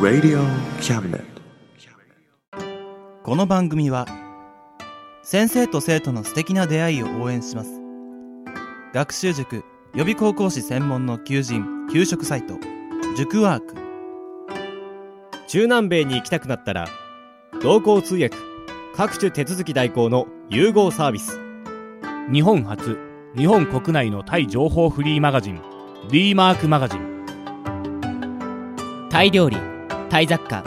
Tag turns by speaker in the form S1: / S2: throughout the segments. S1: Radio Cabinet.
S2: この番組は先生と生徒の素敵な出会いを応援します学習塾予備高校士専門の求人・給食サイト塾ワーク
S3: 中南米に行きたくなったら同行通訳各種手続き代行の融合サービス
S4: 日本初日本国内のタイ情報フリーマガジン D マークマガジン
S5: タイ料理タイ雑貨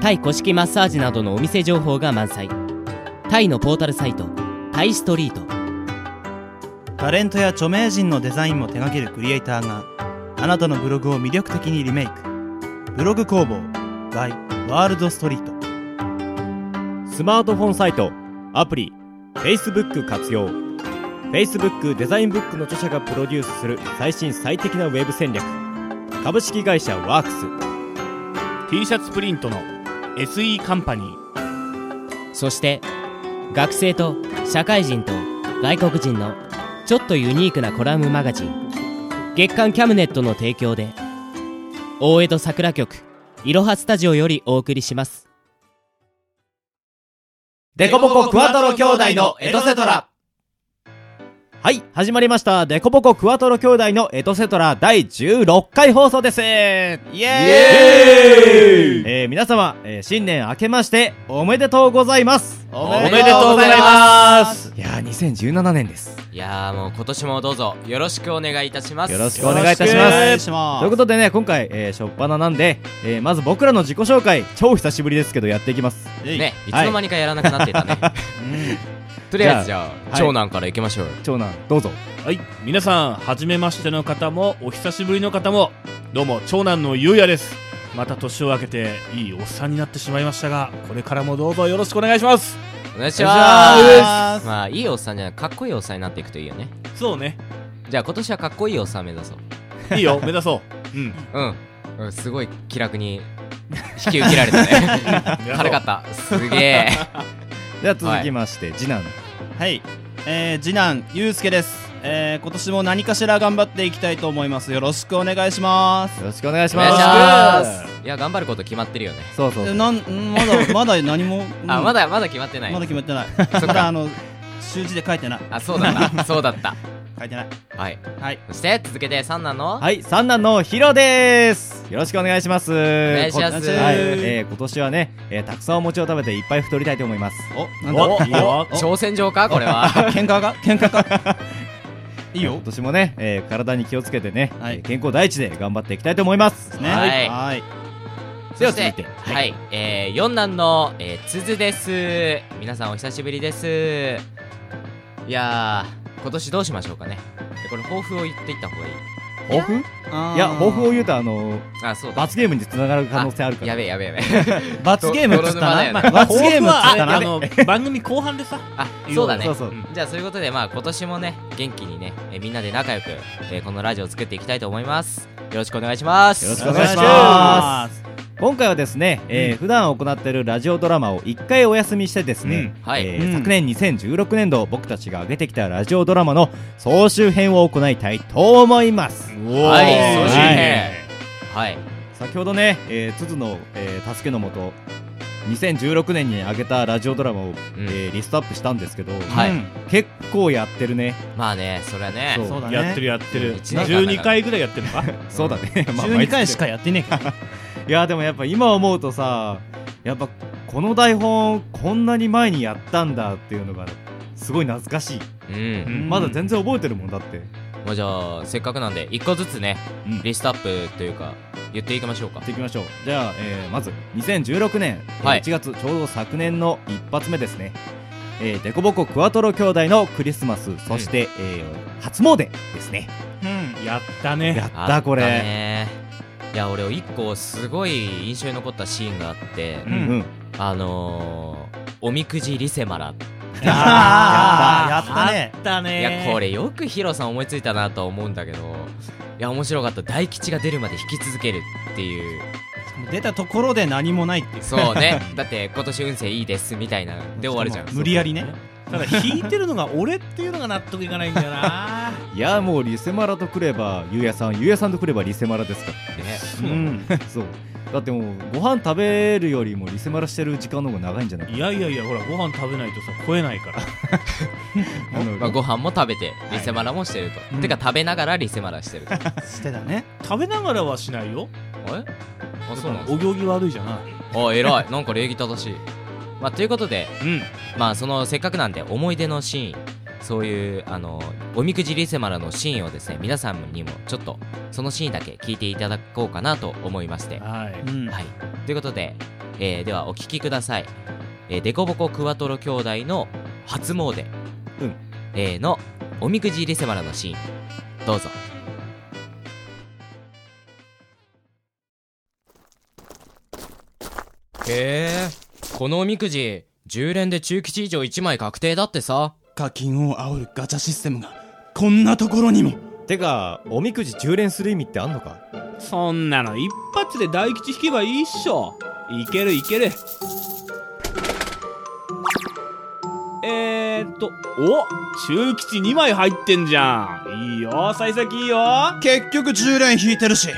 S5: タイ古式マッサージなどのお店情報が満載タイのポータルサイトタイストリート
S2: タレントや著名人のデザインも手掛けるクリエイターがあなたのブログを魅力的にリメイクブログ工房 by ワールドストリート
S3: スマートフォンサイトアプリ Facebook 活用 Facebook デザインブックの著者がプロデュースする最新最適なウェブ戦略株式会社ワークス
S4: T シャツプリントの SE カンパニー
S5: そして学生と社会人と外国人のちょっとユニークなコラムマガジン月刊キャムネットの提供で大江戸桜局いろはスタジオよりお送りします
S3: デコボコクワトロ兄弟のエトセトラはい、始まりました。デコボコクワトロ兄弟のエトセトラ第16回放送です。イエーイえー皆様、えー新年明けましておめでとうございます。お
S6: おめでとうございます
S3: いやー、2017年です。
S6: いやーもう今年もどうぞよろしくお願いいたします
S3: よろしくお願いいたします。
S2: ま
S3: ということでね、今回、えー、初っ端なんで、えーまず僕らの自己紹介、超久しぶりですけどやっていきます。
S6: ねいつの間にかやらなくなって たね、とりあえずじゃあ
S3: はい
S6: 長男からいきましょうよ
S3: 長男、どうぞ。
S4: はい皆さん初めましての方もお久しぶりの方もどうも長男のゆうやですまた年を明けていいおっさんになってしまいましたがこれからもどうぞよろしくお願いします
S6: お願いしますまあいいおっさんじゃなくかっこいいおっさんになっていくといいよね
S4: そうね
S6: じゃあ今年はかっこいいおっさん目指そ う
S4: いいよ目指そううん
S6: うん、うん、すごい気楽に引き受けられた ね軽かったすげえ
S3: では続きまして、次男。
S2: はい、えー、次男ゆうすけです、えー、今年も何かしら頑張っていきたいと思いますよろしくお願いし ます
S3: よろしくお願いし
S6: お
S3: ます。
S6: 願いしますいや頑張ること決まってるよね
S3: そうそうそ
S2: え
S3: う。
S2: なんんまだまだ何も、うん
S6: あまだまだ決まってない
S2: まだ決まってない
S6: そっか
S2: まだあの習字で書いてない
S6: あそうだったそうだった
S2: 書いてない
S6: はい
S2: はい
S6: そして続けて三男の
S3: はい、三男のヒロです。よろしくお願いします。お願
S6: いします
S3: はい、えー、今年はね、えー、たくさんお餅を食べていっぱい太りたいと思います。
S2: おなんだ
S4: おいいよ
S6: 挑戦状かこれ は
S2: 喧嘩が喧嘩かいいよ
S3: 今年もね、えー、体に気をつけてね、
S2: はい
S3: えー健康第一で頑張っていきたいと思います。
S2: ね
S6: はい
S2: はい
S3: では
S6: そして
S3: 続いて
S6: はい、えー、四男の、えー、つづです皆さんお久しぶりですいやー今年どうしましょうかねこれ抱負を言っていった方がいい
S3: 抱負いや、抱負を言うと、あのー、
S6: あそうだ
S3: 罰ゲームにつながる可能性あるから。
S6: やべえやべえやべえ
S2: 罰ゲームっつったな、
S6: 泥沼だよね
S2: まあ罰ゲームっつっ
S4: あ
S2: た
S4: あ
S2: な
S4: の番組後半でさ
S6: あそうだね
S3: そうそうん
S6: じゃあそういうことでまあ今年もね元気にね、えーみんなで仲良く、えーこのラジオを作っていきたいと思いますよろしくお願いします
S3: よろしく
S2: お
S3: 願いし
S2: 願
S3: ま
S2: いしま
S3: 今回はですね、えー普段行っているラジオドラマを一回お休みしてですね、
S6: うんはい
S3: えー
S2: うん
S3: 昨年2016年度僕たちが上げてきたラジオドラマの総集編を行いたいと思います
S6: はい
S3: お
S6: そ
S3: ー
S6: うし
S3: はい
S6: ねはい
S3: 先ほどね、えー、筒の、えー助けのもと2016年に上げたラジオドラマを、
S6: うん
S3: えーリストアップしたんですけど、
S2: す
S6: はい
S2: うん
S3: 結構やってるね
S6: まあねそれはね
S3: そう
S2: そうだね
S4: やってるやってる
S6: 一年間だから
S4: 12回ぐらいやってるのか
S3: そうだね、 まあ
S2: 12回しかやってねえから
S3: いやでもやっぱ今思うとさやっぱこの台本こんなに前にやったんだっていうのがすごい懐かしい、
S6: うん、
S2: ん
S3: まだ全然覚えてるもんだって
S6: まあじゃあせっかくなんで一個ずつね、
S3: うん
S6: リストアップというか言っていきましょうか
S3: やっていきましょうじゃあ、えーまず2016年
S6: はい
S3: 1月、ちょうど昨年の一発目ですね「えー、デコボコクワトロ兄弟のクリスマス」そして、えー初詣ですね
S2: うん
S4: やったね
S3: やったこ
S6: あった
S3: れ
S6: ねいや俺一個すごい印象に残ったシーンがあって、
S3: うんうん
S6: あのー、おみくじリセマラ、
S2: あーやったね
S4: あったね
S6: いやこれよくヒロさん思いついたなとは思うんだけどいや面白かった大吉が出るまで引き続けるっていう
S2: 出たところで何もないっていう
S6: そうねだって今年運勢いいですみたいなで終わるじゃん
S2: 無理やりね
S7: ただ引いてるのが俺っていうのが納得いかないんだよな
S3: いやもうリセマラとくればゆうやさんゆうやさんとくればリセマラですか
S6: ね
S4: うん、
S3: らそうだってもうご飯食べるよりもリセマラしてる時間の方が長いんじゃない
S4: いやいやいやほらご飯食べないとさ食えないから
S3: あの
S6: まあ、ご飯も食べてリセマラもしてると、
S2: うん
S6: てか食べながらリセマラして るとえ
S2: してたね
S4: 食べながらはしないよ
S6: あそうなんで
S4: お行儀悪いじゃな
S6: すかあ偉いなんか礼儀正しい、まあ、ということで
S4: いうん
S6: まあそのせっかくなんで思い出のシーンそういうあのおみくじリセマラのシーンをですね皆さんにもちょっとそのシーンだけ聞いていただこうかなと思いまして
S4: はい
S2: うん
S6: はい、ということで、えーではお聞きください、えー、デコボコクワトロ兄弟の初詣、
S3: うん
S6: えーのおみくじリセマラのシーンどうぞへえこのおみくじ10連で中吉以上1枚確定だってさ
S2: 課金を煽るガチャシステムがこんなところにも
S3: てかおみくじ10連する意味ってあんのか
S7: そんなの一発で大吉引けばいいっしょいけるいけるえー、っとお中吉2枚入ってんじゃんいいよ幸先いいよ
S2: 結局10連引いてるし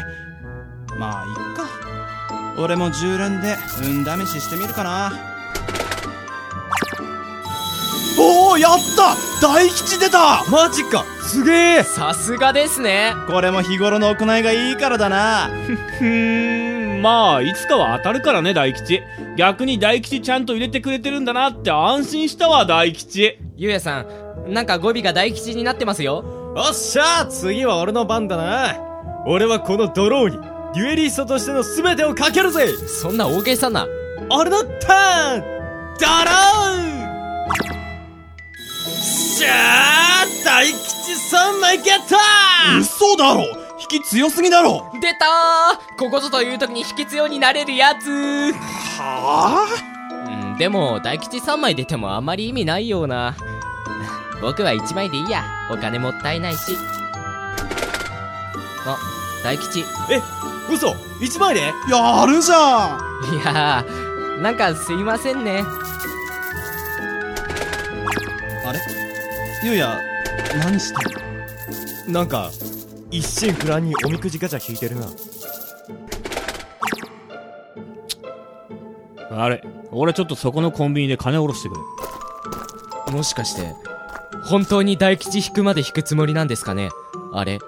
S2: まあいっか俺も10連で運試ししてみるかなおおやった大吉出た
S3: マジかすげえ
S6: さすがですね
S2: これも日頃の行いがいいからだな
S7: ふーんまあいつかは当たるからね大吉逆に大吉ちゃんと入れてくれてるんだなって安心したわ大吉
S6: ゆうやさんなんか語尾が大吉になってますよ
S3: おっしゃー次は俺の番だな俺はこのドローにデュエリストとしての全てをかけるぜ
S6: そんな大げさな
S3: 俺のターンドローしゃー大吉3枚ゲット
S2: 嘘だろ引き強すぎだろ
S6: 出たーここぞという時に引き強になれるやつ
S2: は
S6: うん、でも大吉3枚出てもあんまり意味ないような 僕は1枚でいいやお金もったいないしあ大吉い
S3: 嘘 !1 枚で
S2: あやるじゃん
S6: やーなんかすいませんね
S3: ゆうや
S2: 何してる
S3: なんか一心不乱におみくじガチャ引いてるな
S4: あれ俺ちょっとそこのコンビニで金下ろしてくれ
S6: もしかして本当に大吉引くまで引くつもりなんですかねあれ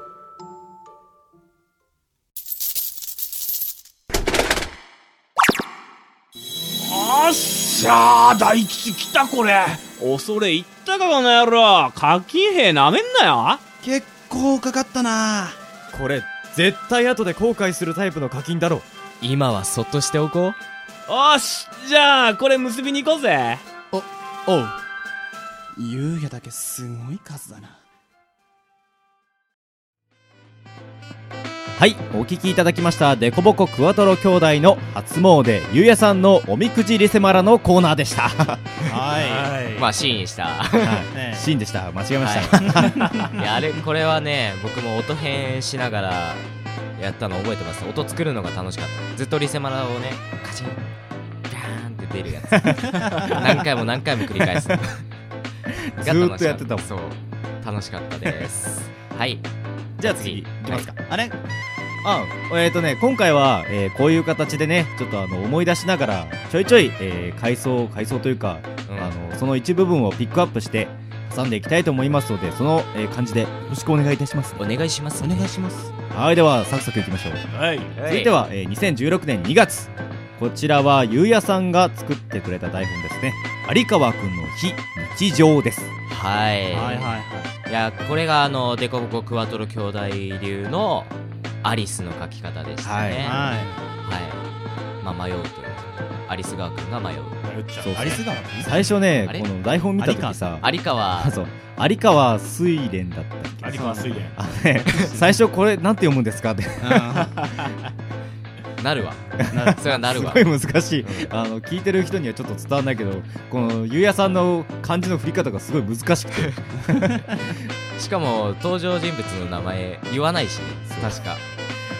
S7: あっしゃー大吉来たこれ恐れ入ったかこの野郎課金兵なめんなよ
S2: 結構かかったな
S3: これ絶対後で後悔するタイプの課金だろ
S6: 今はそっとしておこう
S7: おしじゃあこれ結びに行こうぜ
S2: おう優也だけすごい数だな
S3: はいお聞きいただきましたデコボコクワトロ兄弟の初詣ゆうやさんのおみくじリセマラのコーナーでした は
S4: はい
S6: まあシーンした
S3: い、
S2: ねえ
S3: シーンでした間違えました、
S6: い やあれこれはね僕も音変しながらやったの覚えてます音作るのが楽しかったずっとリセマラをねカチンガーンって出るや つ何回も何回も繰り返すず
S3: ずーっとやってたもん
S6: そう楽しかったですはい
S3: じゃあ次いきますか、
S2: あれ
S3: あえっ、とね今回は、えーこういう形でねちょっとあの思い出しながらちょいちょい、えー、回想回想というか、
S6: うん
S3: あのその一部分をピックアップして挟んでいきたいと思いますのでその、えー感じでよろしくお願いいたします
S6: お願いします、
S2: お願いします
S3: はいではサクサクいきましょう
S4: はい
S6: は
S3: 続いては、えー2016年2月こちらはゆうやさんが作ってくれた台本ですね有川くんの非日常です
S6: は
S2: はいは
S6: い、
S2: い
S6: い、
S2: はい
S6: やこれがあのデコボコクワトロ兄弟流のアリスの書き方でしたね
S2: は
S6: はいまあ迷うというアリス川君が迷う
S4: 迷っちゃう
S3: そう
S2: いアリス川君
S3: 最初ね
S6: あれ
S3: この台本見た時さ
S6: 有川
S3: あそう有川水蓮だったっけ
S4: 有川水蓮
S3: あの ね、最初これなんて読むんですかって
S6: なるわ。それはな
S3: す
S6: るわ
S3: ご。い難しいあの聞いてる人にはちょっと伝わらないけどこのゆうやさんの漢字の振り方がすごい難しく て
S6: しかも登場人物の名前言わないしね。確か。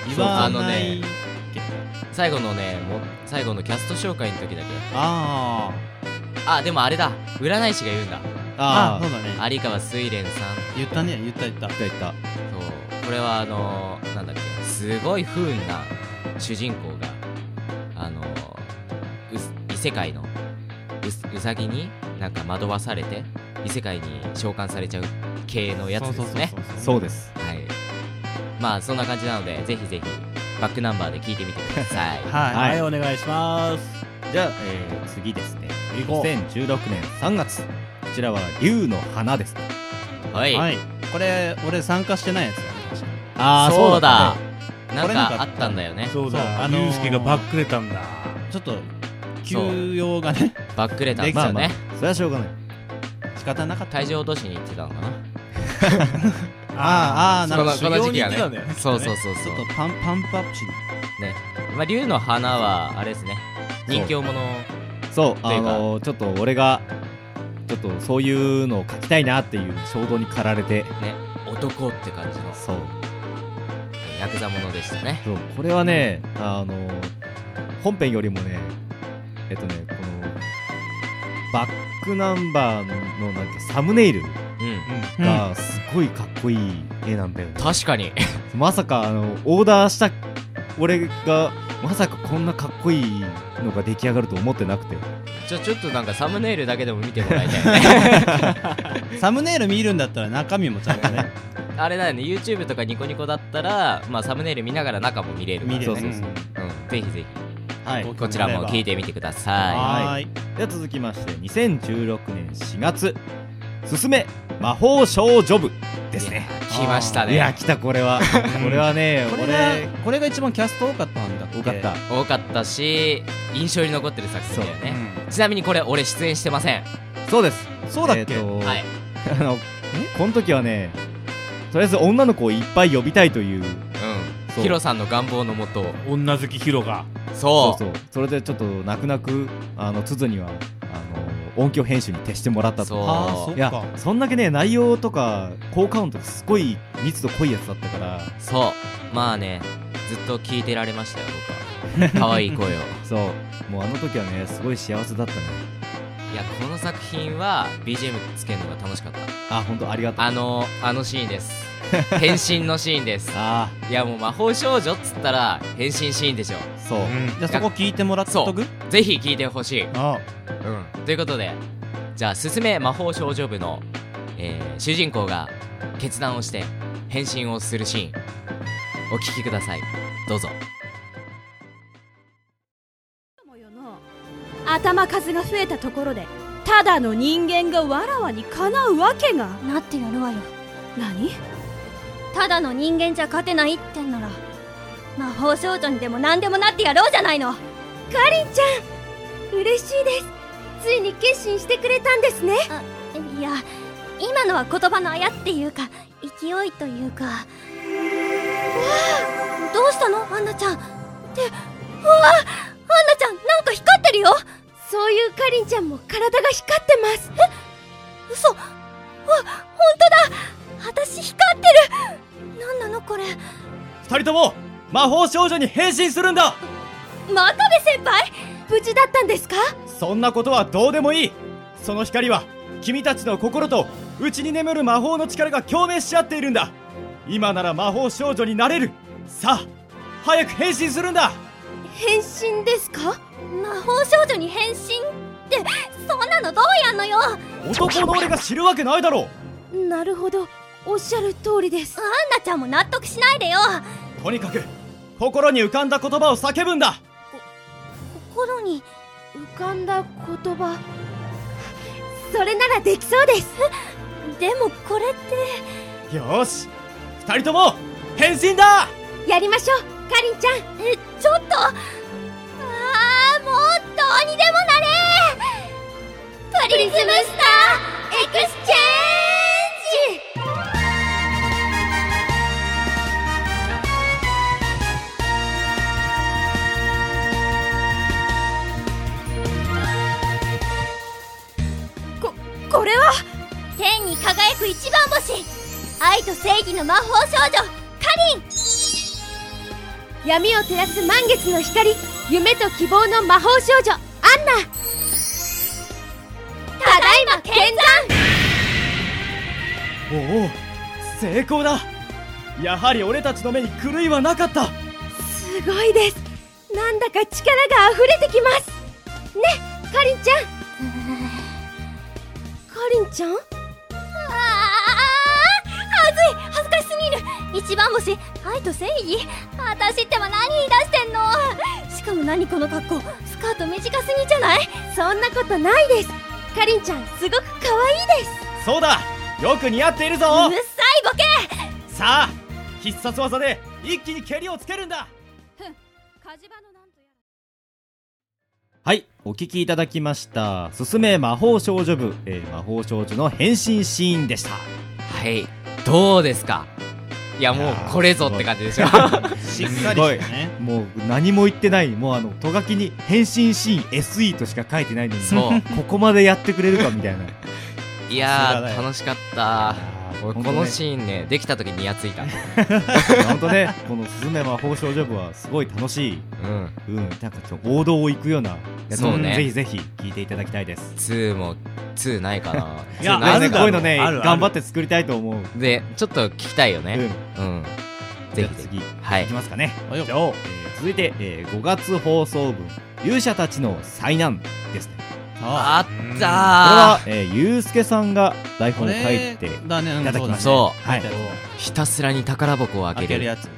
S2: 言
S6: そう
S2: わ
S6: あの
S2: ない
S6: ね最後のねも最後のキャスト紹介の時だけ。
S2: あ
S6: あでもあれだ占い師が言うんだ。
S2: あ
S3: あ
S2: そうだね
S6: 有川水蓮さん
S2: 言ったね言った言った
S3: あ言った言っ
S6: そうこれはあのーなんだっけすごい不運な主人公があのーうす異世界のうすうさぎになんか惑わされて異世界に召喚されちゃう系のやつですね
S2: そうそうそ
S3: た
S2: う
S3: そうです
S6: はいまあそんな感じなのでぜひぜひバックナンバーで聞いてみてください
S2: は
S3: はいい
S4: お願いします
S3: じゃあ、えー次ですね
S4: 行こう
S3: 2016年3月こちらは竜の花ですね
S6: はい、
S2: はいこれ俺参加してないやつだね確か
S3: あ
S6: そうだな
S2: こ
S6: ん
S2: れなん
S6: か
S2: か
S6: あったんだよね
S4: そう
S2: そう
S4: だ
S2: あのー
S4: ゆうすけがバックれたんだ
S2: ちょっと休養がね
S6: バックレター
S2: で
S6: で
S2: きち
S6: す
S2: ゃ
S6: よ
S2: う
S6: ね、
S3: まあまあそれはしょうがない
S2: 仕方なかった
S6: 体重落としに行ってたのかな
S2: あーあーなるほど
S6: そこの時期はね
S4: 修行に行ってたんだよね
S6: そうそうそう
S2: ち
S6: そ
S2: ょ
S6: う
S2: っとパンパンプアップしに
S6: まあ、竜の花はあれですね人気者
S3: そう
S6: てい
S3: あ
S6: うか
S3: のちょっと俺がちょっとそういうのを書きたいなっていう衝動に駆られて
S6: ね男って感じの
S3: そう
S6: ヤクザ者でしたね
S3: そうこれはねあの本編よりもねえっとねこのバックナンバーののなんかサムネイル
S6: うん
S3: がすごいかっこいい絵なんだよね、
S6: 確かに
S3: まさかあのオーダーした俺がまさかこんなかっこいいのが出来上がると思ってなくて
S6: ちょちょっとなんかサムネイルだけでも見てもらいたいね
S2: サムネイル見るんだったら中身もちゃんとね
S6: あれだよね YouTube とかニコニコだったら、まあ、サムネイル見ながら中も見れるから
S2: 見れるね
S3: そうそうそう
S6: うん、ぜひぜひ
S3: はい
S6: こちらも聞いてみてくださ
S3: はい
S2: はい
S3: では続きまして2016年4月「すすめ魔法少女部」
S6: い
S3: ですね
S6: いや来ました
S3: いや
S6: ね
S3: 来たこれはこれはね
S2: これが
S3: 俺
S2: これが一番キャスト多かったんだ
S3: 多かった
S6: 多かったし印象に残ってる作品だよ
S2: う
S6: ね、
S2: ん
S6: ちなみにこれ俺出演してません
S3: そうです
S2: そうだっけ
S3: えーと
S6: はい
S3: あのこの時はねとりあえず女の子をいっぱい呼びたいという
S6: うん
S3: そう
S6: ヒロさんの願望のもと
S4: 女好きヒロが
S6: そ
S3: そう
S6: う
S3: そうそれでちょっと泣く泣くあの筒にはあの音響編集に徹してもらったと
S6: そう
S2: ああそっ
S3: いや
S2: か
S3: そんだけね内容とか高カウントすごい密度濃いやつだったから
S6: そうまあねずっと聞いてられましたよ僕 は可愛い声を
S3: そうもうあの時はねすごい幸せだったね
S6: いやこの作品は BGM つけるのが楽しかった
S3: あ本当ありがとう
S6: あのあのシーン です変身のシーンです
S3: あ
S6: いやもう魔法少女っつったら変身シーンでしょ
S3: あそう、
S2: じゃあそこ聞いてもらっとく
S6: ぜひ聞いてほしい、う
S2: あ
S6: ん、ということでじゃあ「すすめ魔法少女部の」えー主人公が決断をして変身をするシーンお聞きくださいどうぞ
S8: もよの頭数が増えたところでただの人間がわらわにかなうわけが
S9: なってやるわよ
S8: 何
S9: ただの人間じゃ勝てないってんなら魔法少女にでも何でもなってやろうじゃないの
S8: かりんちゃん嬉しいですついに決心してくれたんですね
S9: いや今のは言葉のあやっていうか勢いというかどうしたのアンナちゃんってうわあアンナちゃんなんか光ってるよ
S8: そういうかりんちゃんも体が光ってます
S9: 嘘わ本当だ私光ってるなんなのこれ
S3: 二人とも魔法少女に変身するんだ
S9: また
S8: 部先輩無事だったんですか
S3: そんなことはどうでもいいその光は君たちの心と内に眠る魔法の力が共鳴し合っているんだ今なら魔法少女になれるさあ早く変身するんだ
S8: 変身ですか
S9: 魔法少女に変身ってそんなのどうやんのよ
S3: 男の俺が知るわけないだろう
S8: なるほどおっしゃる通りです
S9: アンナちゃんも納得しないでよ
S3: とにかく心に浮かんだ言葉を叫ぶんだ
S9: 心に
S8: 浮かんだ言葉それならできそうです
S9: でもこれって
S3: よーし二人とも変身だ
S8: やりましょうかりんちゃん
S9: えちょっとあーもうどうにでもなれプリズムスターエクスチェンジ
S8: ここれは
S9: 天に輝く一番星愛と正義の魔法少女カリン
S8: 闇を照らす満月の光夢と希望の魔法少女アンナ
S9: ただいま見参
S5: おお成功だやはり俺たちの目に狂いはなかった
S9: すごいですなんだか力が溢れてきますねかりんちゃんかりんちゃんああはずい恥ずかしすぎる一番星愛と誠意私っては何言い出してんのしかも何この格好スカート短すぎじゃないそんなことないですかりんちゃんすごく可愛いです
S5: そうだよく似合っているぞ
S9: うるさいボケ
S5: さあ必殺技で一気に蹴りをつけるんだ
S3: はい、お聞きいただきました。すすめ魔法少女部、えー魔法少女の変身シーンでした。
S6: はいどうですかいやもうこれぞって感じでしょ
S2: しっかりしてね
S3: もう何も言ってない、もうあの、とがきに変身シーン SE としか書いてないのに、
S6: そ
S3: ここまでやってくれるか みたい
S6: う
S3: な。
S6: い
S3: そう
S6: や
S3: だね
S6: ー楽しかった俺このシ
S3: ーン。
S6: ーンねできた時にやついた
S3: 本当ね、このすずめ魔法少女部はすごい楽しい、
S6: うん
S3: うん、なんかちょっと王道を行くようなやつを
S6: そうね
S3: ぜひぜひ聞いていただきたいです。
S6: 2も2ないかな
S7: いや
S6: 2
S3: な
S6: な
S3: ので
S6: い
S3: こういうのね、
S2: あるある
S3: 頑張って作りたいと思う。
S6: でちょっと聞きたいよ
S3: うん
S6: ね。うん
S3: じ
S6: ぜ
S3: ゃあ
S6: ひぜひ
S3: 次、い
S6: はい
S3: きますかね。
S2: はいよ
S3: えー続いて、え5月放送分、勇者たちの災難ですね。
S6: あった
S3: これは
S6: ー、
S3: えー、ゆうすけさんが台本を書いて、
S2: だねうん
S3: いただきました
S6: そ
S3: はい、
S6: うひたすらに宝箱を
S2: 開
S6: 開
S2: け
S6: け
S2: る
S6: る
S2: やつ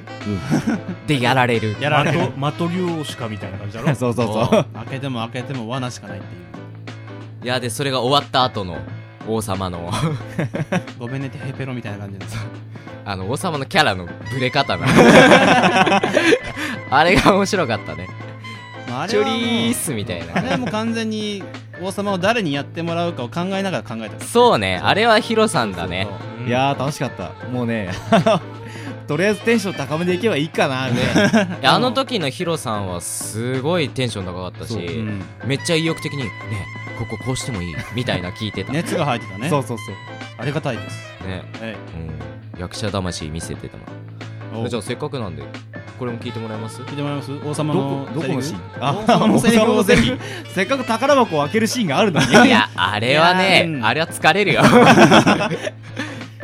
S6: でやられる
S2: やられる
S4: マトリューシカみたいな感じ だろ
S3: そうそう
S6: お
S3: そう
S6: う。
S2: 開けても開けても罠しかないっていう
S6: いやでそれが終わった後の 王様の
S2: ごめんねてへペロみたいな感じで
S6: あの王様のキャラのブレ 方なあれが面白かったね
S2: まああ
S6: チ
S2: れ
S6: ョ
S2: はもう
S6: リースみたい
S2: あれは
S6: な
S2: もう完全に王様を誰にやってもらうかを考えながら考えた
S6: そうねあれはヒロさんだね
S2: そうそう
S3: いやー、楽しかった。もうね、 とりあえずテンション高めでいけばいいかな、みたいな。
S6: いやあの時のヒロさんはすごいテンション高かったし、
S3: そう
S2: そううん
S6: めっちゃ意欲的に「ねえこここうしてもいい」みたいな聞いてたね
S2: 熱が入ってたね
S3: そうそうそう。
S2: ありがたいですはい
S6: うん、役者魂見せてたも
S2: お
S6: んじゃあせっかくなんでこれも聞いてもらえます
S2: 聞いてもらいます王様
S3: どこ
S2: の、
S3: どこのシーン
S2: 王様のセリフ
S3: 王
S2: を
S3: 様
S2: ぜ
S3: の
S2: ひ
S3: セリフせっかく宝箱を開けるシーンがあるのに。
S6: いや、あれはい
S2: やー
S6: ね
S2: う、ん
S6: あれは疲れる よ。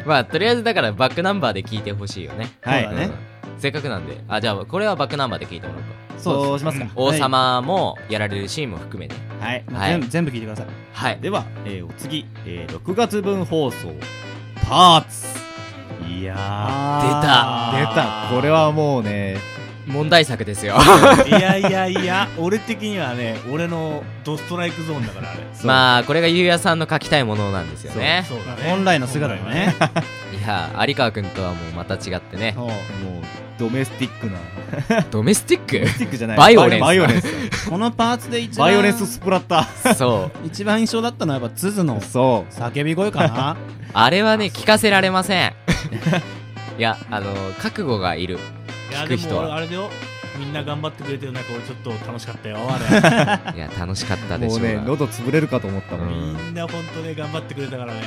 S6: まあ、とりあえずだからバックナンバーで聞いてほしいよね。
S3: は
S2: そう
S3: い。
S2: だね
S6: うんせっかくなんで。あ、じゃあ、これはバックナンバーで聞いてもらおうか。
S3: そうしますか。
S6: 王
S3: はい。
S6: 様もやられるシーンも含めて。
S3: はい。
S2: まあ
S6: はい
S2: 全部全部聞いてください
S6: はい。
S3: では、えーお次、えー6月分放送、パーツ。いやー。出た。これはもうね、
S6: 問題作ですよ。
S4: いやいやいや俺的にはね俺のドストライクゾーンだからあれ
S3: そう
S6: まあ、これがゆうやさんの書きたいものなんですよね。
S4: そうだね
S2: 本来の姿だ ね
S6: いやー、有川くんとはもうまた違ってね。
S3: もうドメスティックな
S6: ドメスティッ
S3: スティックじゃない
S6: バイオレンス
S3: バイオレンス
S2: このパーツで一番
S3: バイオレンススプラッタ
S6: ク そう。
S2: 一番印象だったのはやっぱ鈴の
S3: ー そう
S2: 叫び声か な
S6: あれはね、聞かせられません。いや、あの、覚悟がいる。
S4: いや
S6: 聞
S4: で
S6: く人
S4: も
S6: は
S4: 俺あれだよみんな頑張ってくれてる中俺ちょっと楽しか ったよあ
S6: いや、楽しかったでし
S3: も
S6: ょ
S3: う
S6: うが
S3: ね喉潰れるかと思ったもん、
S6: う
S3: もうん
S4: れみんな本当ね頑張ってくれたからね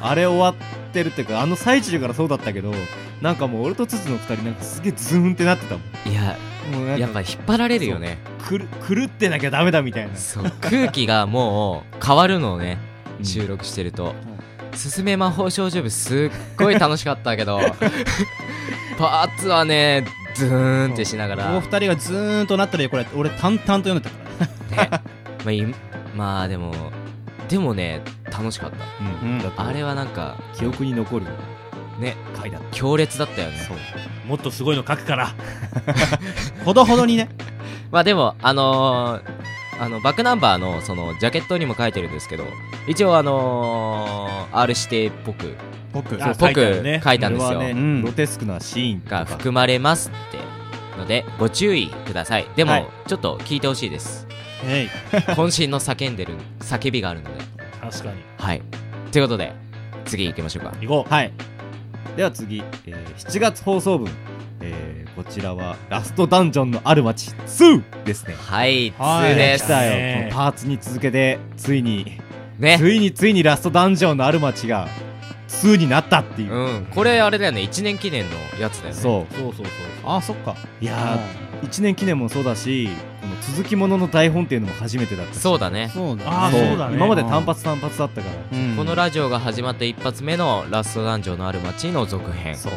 S3: あれ終わってるっていうかあの最中からそうだったけどなんかもう俺とツツの二人なんかすげえズーンってなってたも
S6: いや、
S3: んもうなん
S6: やっぱ
S3: か
S6: 引っ張られるよね
S3: くる狂ってなきゃダメだみたいな
S6: そう空気がもう変わるのをね
S3: うん
S6: 収録してると「すすめ魔法少女部」すっごい楽しかったけ どパーツはねズーンってしなが
S2: こ
S6: ら、
S2: の
S6: ね
S2: 二人がずーんとなったらこれ俺淡々と読んでたからね
S6: まあい、まあでもでもね楽しかっ
S3: うんだって
S6: たあれはなんか
S3: 記憶に残る
S6: ね
S3: 回だった
S6: 強烈だったよね
S3: そう
S4: もっとすごいの書くから
S2: ほどほどにね
S6: まあでもあのーあのバックナンバーのそのジャケットにも書いてるんですけど一応あのー、R 指定っぽく
S2: 僕
S4: あ
S6: ぽ
S4: 書いてある
S6: く
S4: ね
S6: 書 いたんです
S3: これ
S6: よ、
S3: はね、
S2: うん
S3: グロテスクなシーンと
S6: が
S3: か
S6: 含まれますってのでご注意くださいでも、
S3: はい
S6: ちょっと聞いてほしいです
S2: えい
S6: 渾身の叫んでる叫びがあるので
S4: 確かに
S6: はいということで次行きましょうか
S4: 行こう
S3: はいでは次、えー7月放送分、えーこちらはラストダンジョンのある街スーですね
S6: はい
S2: はい
S6: 2で
S3: 来
S6: す
S3: た
S4: ね
S3: よこのパーツに続けてついに
S6: ね
S3: ついについにラストダンジョンのある町が2になったっていう、
S6: うんこれあれだよね1年記念のやつだよね
S3: そう
S4: そうそうそう
S2: あそっか
S3: いやー1年記念もそうだしこの続きものの台本っていうのも初めてだったし
S6: そうだね
S2: そうだね
S4: あーそうだね
S3: 今まで単発単発だったから
S2: うん
S6: このラジオが始まって一発目の「ラストダンジョンのある街」の続編
S3: そう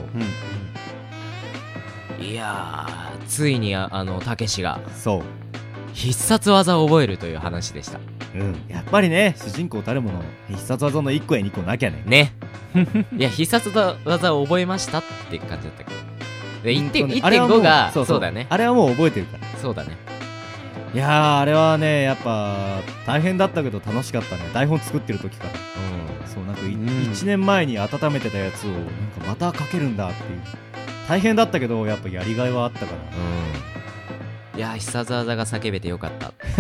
S6: いやーついにああのたけしが
S3: そ
S6: 必殺技を覚えるという話でした
S3: ううんやっぱりね主人公たるもの必殺技の1個や2個なきゃね
S6: ねいや必殺技を覚えましたって感じだったけどで1.5、
S3: うんとねあれはも
S6: 1.5
S3: う
S6: がそうだね
S3: あれはもう覚えてるから
S6: そうだね
S3: いやーあれはねやっぱ大変だったけど楽しかったね台本作ってる時からそうなんかい、
S4: うん
S3: 1年前に温めてたやつをなんかまた書けるんだっていう大変だったけどやっぱやりがいはあっ たから
S6: うんいや必殺技が叫べてよかっ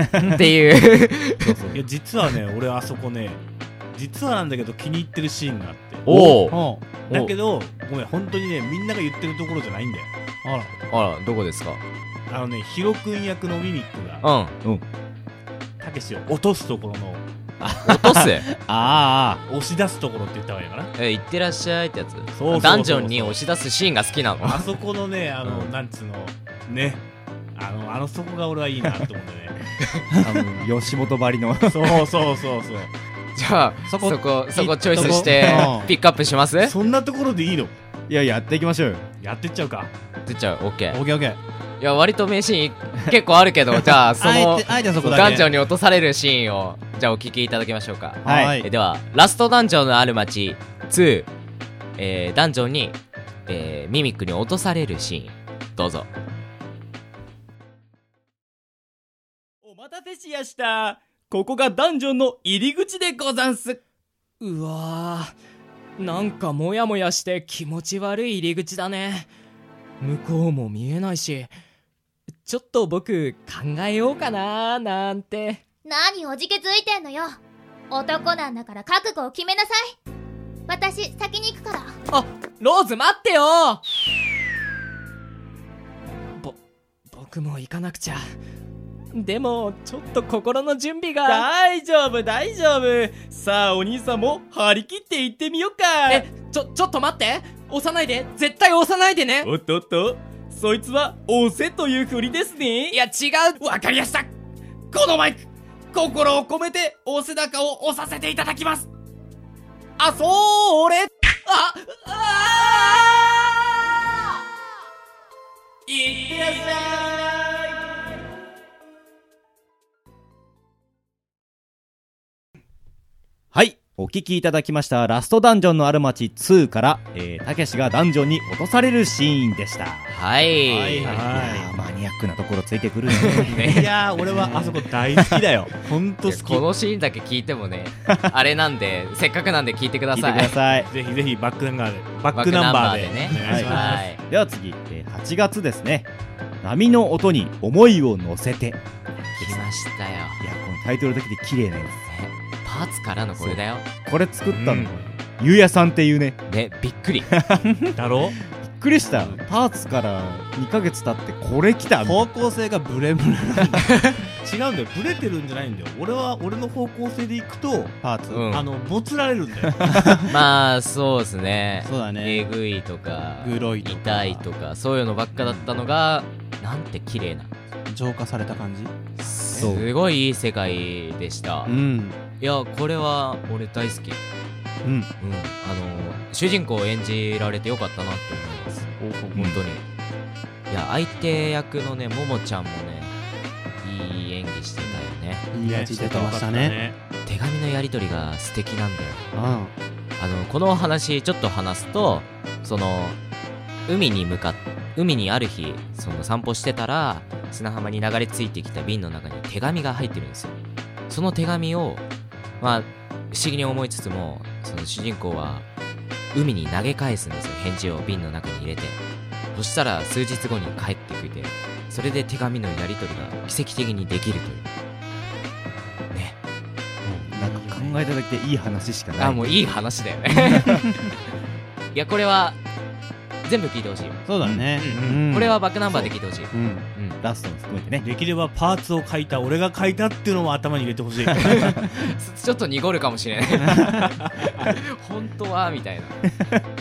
S6: たっていう
S3: そうそう
S4: いや実はね俺あそこね実はなんだけど気に入ってるシーンがあって
S6: おお
S4: おだけどごめん本当にねみんなが言ってるところじゃないんだよ
S6: あらどこですか
S4: あのねヒロ君役のミミックが
S6: うん
S4: たけしを落とすところの
S6: 落とす え
S3: あ
S4: 押し出すところって言った方がいいかな
S6: 行ってらっしゃいってやつ
S4: そうそうそう
S6: ダンジョンに押し出すシーンが好きなの
S4: あそこのねあの、
S6: うん
S4: なんつうのねあのあのそこが俺はいいなと思って ね
S3: あああの吉本ばりの
S4: そうそうそうそう
S6: じゃあそ
S2: そこ
S6: こそこチョイスして
S2: うん
S6: ピックアップします
S4: そんなところでいいの
S3: いややっていきましょうよ
S4: やってっちゃうか
S6: 出ちゃうオッケ
S2: オ
S6: ー
S2: ッケーオッケー
S6: いや割と名シーン結構あるけどじゃあそ
S2: あ
S6: の
S2: えてあえてそこだけ
S6: ダンジョンに落とされるシーンをじゃあお聞きいただきましょうか
S3: はい
S2: は
S6: え
S2: い
S6: ではラストダンジョンのある街2、えー、ダンジョンに、えーミミックに落とされるシーンどうぞ
S10: お待たせしやした。ここがダンジョンの入り口でござんす。うわぁ。なんかモヤモヤして気持ち悪い入り口だね。向こうも見えないし。ちょっと僕考えようかななんて。
S9: 何おじけづいてんのよ男なんだから覚悟を決めなさい私先に行くから
S10: ローズ待ってよぼ、僕も行かなくちゃ。でも、ちょっと心の準備が。
S11: 大丈夫大丈夫さあお兄さんも張り切って行ってみようか
S10: え、ちょ、ちょっと待って押さないで絶対押さないでね
S11: おっとっとそいつは押せという振りですね
S10: いや違う
S11: わかりやしたこのマイク心を込めてお背中を押させていただきます
S10: あ、そーれあ、あ
S11: いってらっしゃい
S3: はいお聞きいただきましたラストダンジョンのある街2からえーたけしがダンジョンに落とされるシーンでした
S6: はい
S3: いやーマニアックなところついてくるね
S4: いやー俺はあそこ大好きだよほんと
S6: い
S4: 好
S6: や
S4: き
S6: このシーンだけ聞いてもねあれなんでせっかくなんで聞いてくだ
S3: 聞いて
S6: さ
S3: くだ
S6: い
S3: さい
S4: ぜひぜひバックナンバーでバックナンバーで
S6: バックナンバーでね
S4: お願いします
S6: はい
S3: では次、えー8月ですね波の音に思いを乗せていや
S6: 来ましたよ
S3: このタイトルだけで綺麗なや
S6: パーツからのこれだよ
S3: つこれ作ったの、
S4: うん
S3: ゆうやさんっていうね
S6: ねびっ くり
S4: だろ
S3: びっくりしたパーツから2ヶ月経ってこれ来た
S2: 方向性がブレブレな
S4: 違うんだよブレてるんじゃないんだよ俺は俺の方向性でいくと、
S2: パーツ、
S6: う ん
S4: あのもつられるんだよ
S6: まあそうですね
S2: そうだ
S6: え
S2: ね
S6: ぐいとか
S2: グロいとか
S6: 痛いとかそういうのばっかだったのがなんて綺麗な
S2: 浄化された感じ
S3: そう
S6: すごいいい世界でした
S2: うん
S6: いやこれは俺大好きうん
S3: う
S6: あ
S3: ん
S6: の主人公を演じられてよかったなって思います
S3: うん
S6: 本当に、いや相手役のねももちゃんもねいい演技してたよね
S2: いい味出てましたね
S6: 手紙のやり取りが素敵なんだよ
S2: うん
S6: あのこのお話ちょっと話すとその海に向かっ海にある日その散歩してたら砂浜に流れ着いてきた瓶の中に手紙が入ってるんですよその手紙をまあ不思議に思いつつもその主人公は海に投げ返すんですよ返事を瓶の中に入れてそしたら数日後に帰ってくれてそれで手紙のやり取りが奇跡的にできるというね
S3: なんか考えただけでいい話しかない
S6: あもういい話だよ ねいやこれは全部聞いてほしい、
S2: そうだね、
S6: これはバックナンバーで聞いてほしい
S2: うん
S3: ラストも含めてね
S4: できればパーツを書いた俺が書いたっていうのも頭に入れてほしい
S6: ちょっと濁るかもしれない 本当はみたいな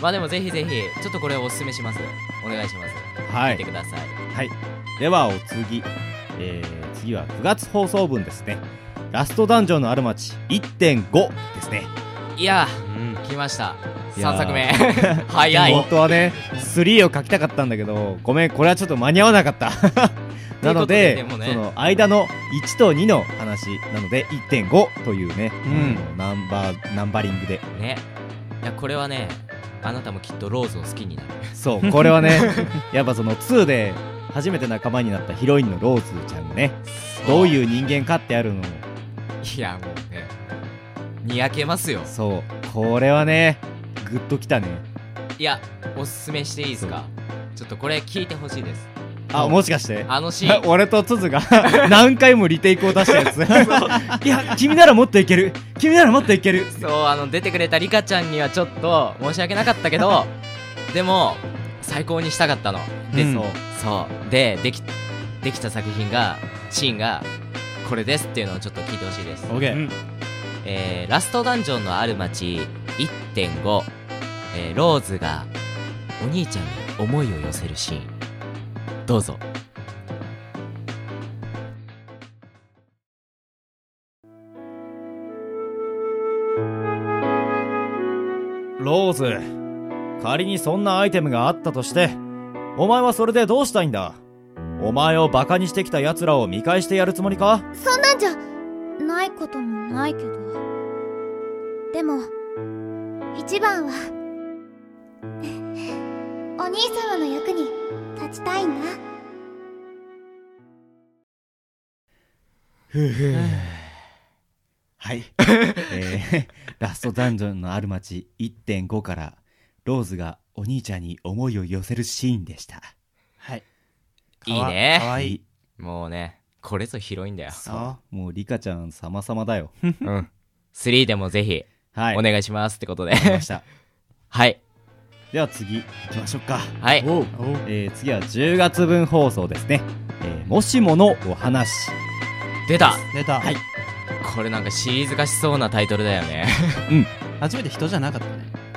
S6: まあでもぜひぜひちょっとこれをおすすめしますお願いします
S3: は
S6: 見
S3: い
S6: てください
S3: ではお次、えー次は9月放送分ですねラストダンジョンのある町1.5ですね
S6: いやー、来ました。
S3: いやー
S6: 3作目。 早い。
S3: 本当はね3を書きたかったんだけどごめんこれはちょっと間に合わなかった なので
S6: ということででもね
S3: その間の1と2の話なので1.5というね、あのナンバーナンバリングで
S6: ね。いや、これはね、あなたもきっとローズを好きになる。
S3: そうこれは ねやっぱその2で初めて仲間になったヒロインのローズちゃんがねどういう人間かってあるのを
S6: いや、もうね、にやけますよ。
S3: そうこれはねグッときたね
S6: いや、おすすめしていいですかちょっとこれ聞いてほしいです。
S3: あもしかして
S6: あのシーン
S3: 俺とつづが何回もリテイクを出したやついや君ならもっといける君ならもっといける
S6: そう、あの、出てくれたリカちゃんにはちょっと申し訳なかったけど、でも、最高にしたかったの。で、
S3: うん
S6: そう、そう。で、でき、できた作品が、シーンが、これですっていうのをちょっと聞いてほしいです。
S4: OK うん
S6: えーラストダンジョンのある街1.5、えーローズが、お兄ちゃんに思いを寄せるシーン。どうぞ。
S3: ローズ仮にそんなアイテムがあったとしてお前はそれでどうしたいんだお前をバカにしてきた奴らを見返してやるつもりか
S9: そんなんじゃないこともないけどでも一番は お兄様の役に立ちたいんだ
S3: はい、えーラストダンジョンのある町1.5からローズがお兄ちゃんに思いを寄せるシーンでした
S2: はい
S6: いいね。
S3: かわいい
S6: もうね、これぞ広いんだよ。
S3: そうもうリカちゃん様々だ よ
S6: うん。3でもぜひ、
S3: はい
S6: お願いしますってことで。
S3: わかりました
S6: はい。
S3: では次行きましょうか
S6: はい、
S3: えー次は10月分放送ですね、えーもしものお話
S6: 出た
S2: 出たはい
S6: これなんかシリーズ化しそうなタイトルだよね。
S3: うん
S2: 初めて人じゃなかった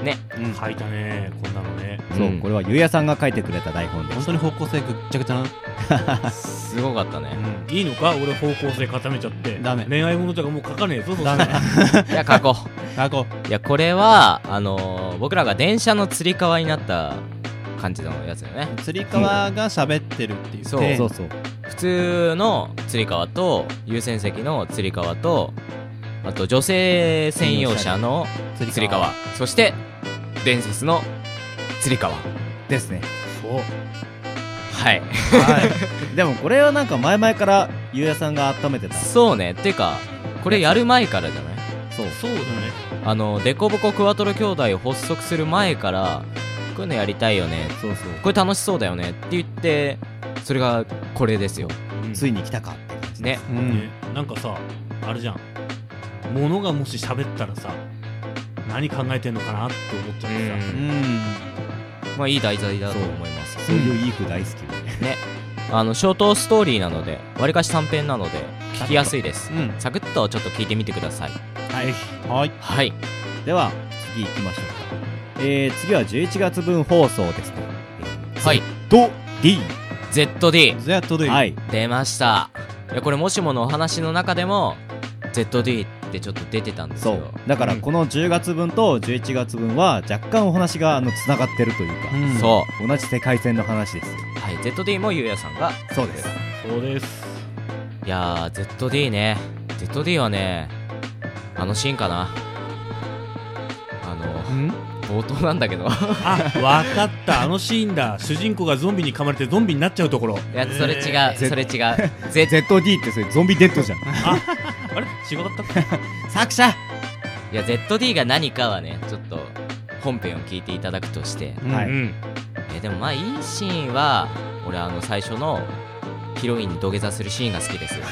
S2: ね
S6: ね、
S4: 書いたねこんなのね
S3: そう、
S6: うん
S3: これはゆうやさんが書いてくれた台本で
S2: 本
S3: す
S2: 当に方向性ぐっちゃぐちゃ
S3: な
S6: すごかったね。
S4: いいのか俺方向性固めちゃって
S2: ダメ
S4: 恋愛物とかもう書かねえぞそしたら
S6: いや、過去。
S2: 過去
S6: いや、これは、あのー僕らが電車のつり革になった感じのやつだよね。
S2: つり革が喋ってるっていう
S6: そう
S2: で
S6: そう
S3: そう
S6: 普通のつり革と、優先席のつり革と、あと女性専用車の
S2: つり革
S6: つり革。そして、伝説のつり革。
S3: で すね
S6: はい。
S3: でもこれはなんか前々からゆうやさんが温めてた
S6: そうね。てか、これやる前からじゃない
S3: そう
S4: そうだね
S6: あの、デコボコクワトロ兄弟を発足する前から、こういうのやりたいよね。
S3: そうそう
S6: これ楽しそうだよねって言って、それがこれですよ。
S3: ついに来たかって感じ
S6: ね。
S3: うん
S4: ねなんかさあれじゃん物がもし喋ったらさ何考えてんのかなって思っちゃってさ、
S6: まあいい題材だと思います。
S3: そういういい句大好き
S6: ね。あの、ショートストーリーなので、わりかし短編なので、聞きやすいです
S2: う。ん
S6: サクッとちょっと聞いてみてください。
S2: はいはい
S6: はい。
S3: では次行きましょうか、えー、次は11月分放送ですね
S6: はい。
S3: と D
S6: ZD。
S2: ZD
S3: はい
S6: 出ました。いや、これもしものお話の中でも、ZD ってちょっと出てたんです
S3: そ
S6: よ。
S3: うだからこの10月分と11月分は若干お話があのつながってるというか、
S2: うん
S6: そ
S3: 同じ世界線の話です
S6: う。はい。ZD もゆうやさんが
S3: そうです
S4: そうです
S6: いやー、ZD ね。ZD はね、あのシーンかな。あの、冒頭なんだけど。
S4: あわかったあのシーンだ主人公がゾンビに噛まれてゾンビになっちゃうところ
S6: いや、それ違う、
S3: Z-
S6: それ違う。Z、
S3: ZD ってそれゾンビデッドじゃん
S4: あれ違かったっけ
S3: 作者
S6: いや、ZD が何かはね、ちょっと、本編を聞いていただくとして。
S3: はい
S4: うん
S6: え、でもまあ、いいシーンは、俺あの、最初の、ヒロインに土下座するシーンが好き ですよ。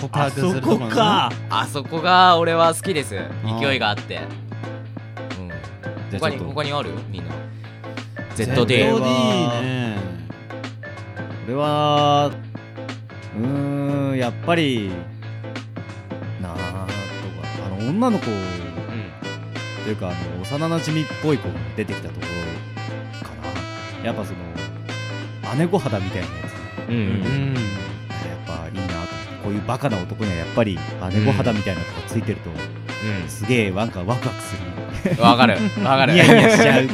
S2: 告白
S4: あ
S2: す
S4: そ
S2: る
S4: こか
S6: あそこが、俺は好きです。勢いがあって。うん。
S3: じ
S6: 他
S3: ゃあちょっ
S6: に、
S3: と
S6: 他にあるみんな。
S2: ZD
S6: ZD。
S2: ね
S3: これはうーんやっぱりなあとかあの女の子
S6: うん。
S3: というかあの幼なじみっぽい子が出てきたところかなやっぱその姉御肌みたいなやつ
S6: うん
S3: やっぱいいなこういうバカな男にはやっぱりあ猫肌みたいなのがついてると、すげえなんかワクワクする
S6: わかるわかる
S3: ニヤニヤしちゃう
S6: う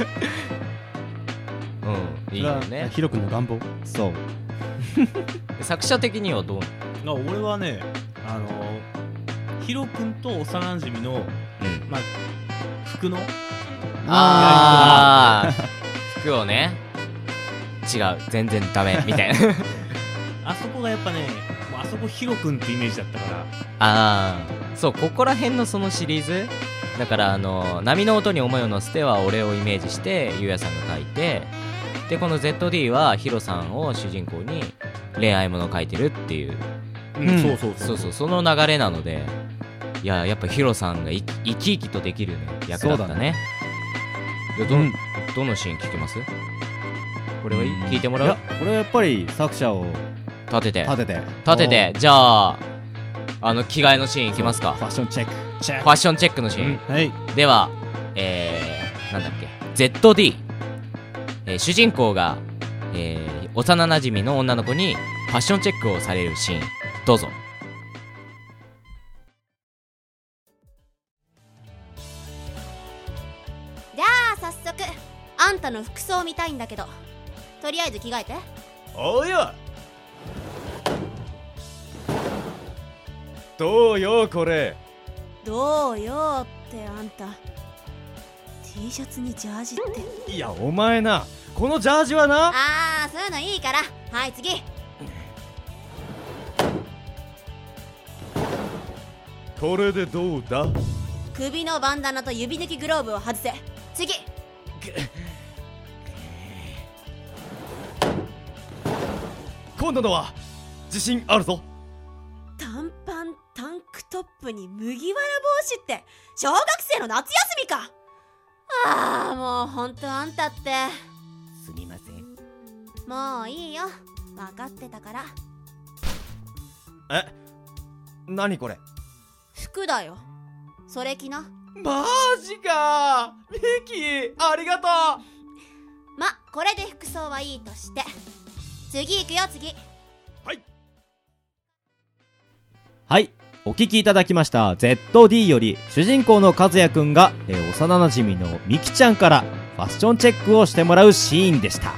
S6: んいいよね
S12: ヒロ君の願望
S3: そう
S6: 作者的にはどう
S4: あ俺はねあのヒロ君と幼馴染の、まあ服の
S6: ああ服をね違う全然ダ メみたいな
S4: あそこがやっぱねもうあそこヒロ君ってイメージだったから
S6: ああそうここら辺のそのシリーズだからあの「波の音に思いを乗せて」は俺をイメージしてゆうやさんが書いてでこの ZD はヒロさんを主人公に恋愛ものを書いてるっていう、
S4: うんうんそうそうそう
S6: そうそうその流れなのでいややっぱヒロさんがい生き生きとできる、ね、役だった
S3: そうだ
S6: ね
S3: ね
S6: いやど,、
S3: うん
S6: どのシーン聞きますこれはいい聞いてもらう
S3: やこれはやっぱり作者を
S6: 立てて
S3: 立てて
S6: 立ててじゃああの着替えのシーンいきますかフ
S3: ァッションチェック
S6: ファッションチェックのシーン、
S12: はい
S6: ではえー、なんだっけ ZD、えー主人公が、えー幼なじみの女の子にファッションチェックをされるシーンどうぞ
S13: じゃあ早速あんたの服装見たいんだけどとりあえず着替えて
S14: おうよどうよこれ
S13: どうよってあんた T シャツにジャージって
S14: いやお前なこのジャージはな
S13: ああそういうのいいからはい次
S14: これでどうだ
S13: 首のバンダナと指抜きグローブを外せ次
S14: 今度のは自信あるぞ
S13: 短パンタンクトップに麦わら帽子って小学生の夏休みかああもうほんとあんたって
S15: すみません
S13: もういいよ分かってたから
S14: え何これ
S13: 服だよそれ着な
S11: マジかミキありがと
S13: まこれで服装はいいとして次行くよ次
S3: はいお聞きいただきました ZD より主人公の和也くんが、えー幼なじみのみきちゃんからファッションチェックをしてもらうシーンでした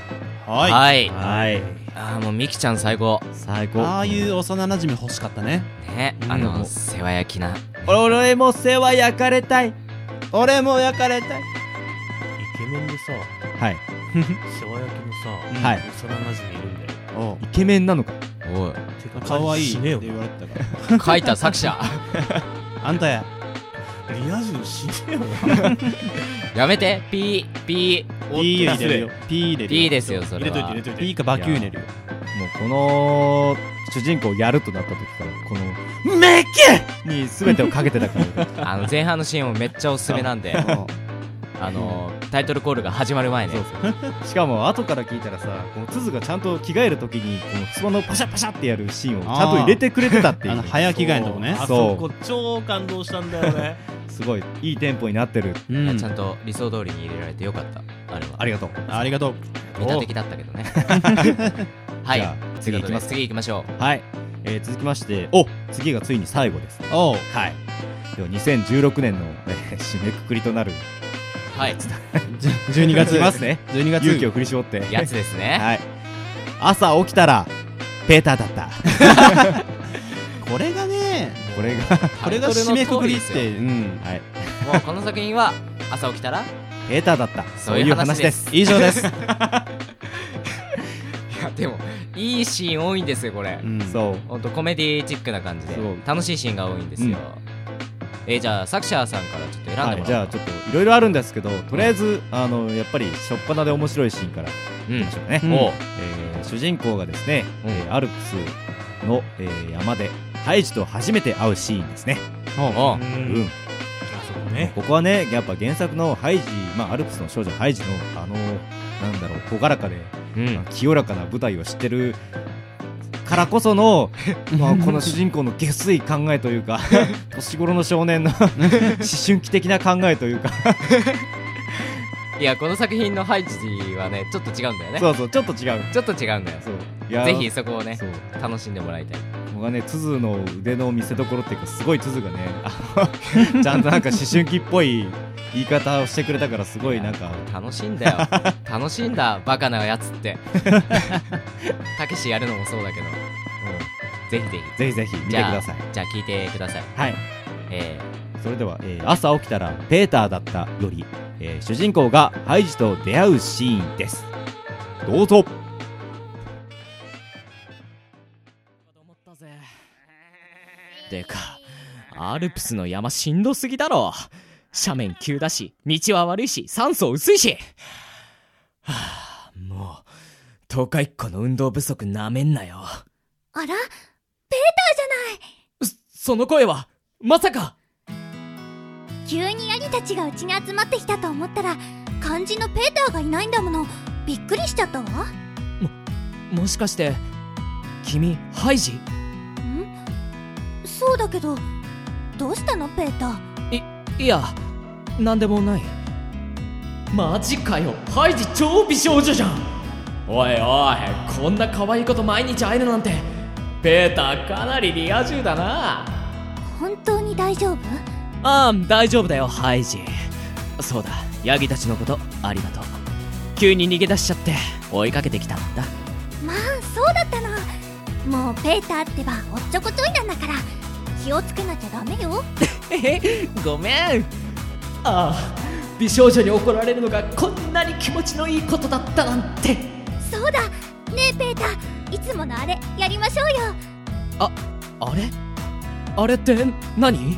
S6: はいはい
S3: はい
S6: ああもうみきちゃん最高
S3: 最高
S12: ああいう幼馴染欲しかったね
S6: ねあの世話焼きな
S3: 俺も世話焼かれたい俺も焼かれたい
S4: イケメンでさ
S3: はい
S4: 世話焼きのさ、
S3: はい
S4: 幼馴染いるんだよ
S3: イケメンなのか
S6: おい
S4: てか
S12: かわいい
S4: 死
S12: っ
S4: ね
S12: て
S4: よ
S12: 言われて たから
S6: 書いた作者
S12: あんたや
S4: リア充死ねよ
S6: やめてピーピー
S3: ピー入れるよ
S6: ピー
S3: 入れるよ
S6: ですよそれは
S3: ピーかバキューネルよもうこの主人公やるとなった時からこのメッケに全てをかけてたから
S6: あの前半のシーンもめっちゃおすすめなんであのタイトルコールが始まる前ね
S3: しかも後から聞いたらさこの鈴がちゃんと着替える時にこのつばのパシャパシャってやるシーンをちゃんと入れてくれてたって い
S12: あ
S3: う
S12: ーあの早着替えのとこね
S3: そう
S12: あそ
S4: こ超感動したんだよね
S3: すごいいいテンポになってる、
S6: いやちゃんと理想通りに入れられてよかったあれは
S3: ありがとうありがとう
S6: 見た的だったけどねは
S3: じゃ
S6: い
S3: あ次行きます
S6: 次行きましょ
S3: はい、えー続きましてお次がついに最後です
S12: お
S3: はいでは2016年の、えー締めくくりとな
S6: う
S3: る
S6: はい
S3: 12月いますね
S12: 12月
S3: 勇気を振り絞って
S6: やつですね
S3: はい朝起きたらペーターだった
S12: これがね
S3: これが
S12: これが締めくくりって
S3: う
S12: うん
S3: はい
S6: もうこの作品は朝起きたら
S3: ペーターだった
S6: そういう話です
S3: 以上です
S6: いやでもいいシーン多いんですよこれ、
S3: そう
S6: ほんとコメディチックな感じで楽しいシーンが多いんですよ、えーじゃあ作者さんからちょっと選んでもらおうか
S3: は
S6: な、
S3: い、じゃあちょっといろいろあるんですけどとりあえず、あのやっぱり初っ端で面白いシーンから
S6: いきま
S3: しょうかね、
S6: うんおう
S3: えー主人公がですね、えーアルプスの、えー山でハイジと初めて会うシーンですね
S6: おう
S3: うんここはねやっぱ原作のハイジ、まあ、アルプスの少女ハイジのあのなんだろう朗らかで、まあ清らかな舞台を知ってるからこ その、まあ、この主人公の下水考えというか 年頃の少年の思春期的な考えというか
S16: いやこの作品の配置はねちょっと違うんだよね
S3: そうそうちょっと違う
S16: ちょっと違うんだよ
S3: いや
S16: ぜひそこをね楽しんでもらいたい
S3: 僕はねつづの腕の見せ所っていうかすごいつづがね あのちゃんとなんか思春期っぽい言い方をしてくれたからすごい なんか
S16: 楽しいん だよ楽しいんだバカなやつってたけしやるのもそうだけど、ぜひぜひ
S3: ぜひぜひ見てください
S16: じゃあじゃあ聞いてください
S3: はい
S16: えー
S3: それでは、えー朝起きたらペーターだったより、えー主人公がハイジと出会うシーンですどうぞ
S6: てかアルプスの山しんどすぎだろ斜面急だし道は悪いし酸素薄いし はあもう東海っ子の運動不足なめんなよ
S9: あらペーターじゃない
S6: その声はまさか
S9: 急に兄たちがうちに集まってきたと思ったら肝心のペーターがいないんだものびっくりしちゃったわ
S6: もしかして君ハイジ
S9: そうだけどどうしたのペーター
S6: いや何でもないマジかよハイジ超美少女じゃんおいおいこんな可愛いこと毎日会えるなんてペーターかなりリア充だな
S9: 本当に大丈夫
S6: ああ大丈夫だよハイジそうだヤギたちのことありがとう急に逃げ出しちゃって追いかけてきたんだ
S9: まあそうだったのもうペーターってばおっちょこちょいなんだから気をつけなきゃダメよ
S6: ごめんああ美少女に怒られるのがこんなに気持ちのいいことだったなんて
S9: そうだねえペーターいつものあれやりましょうよ
S6: あれあれって何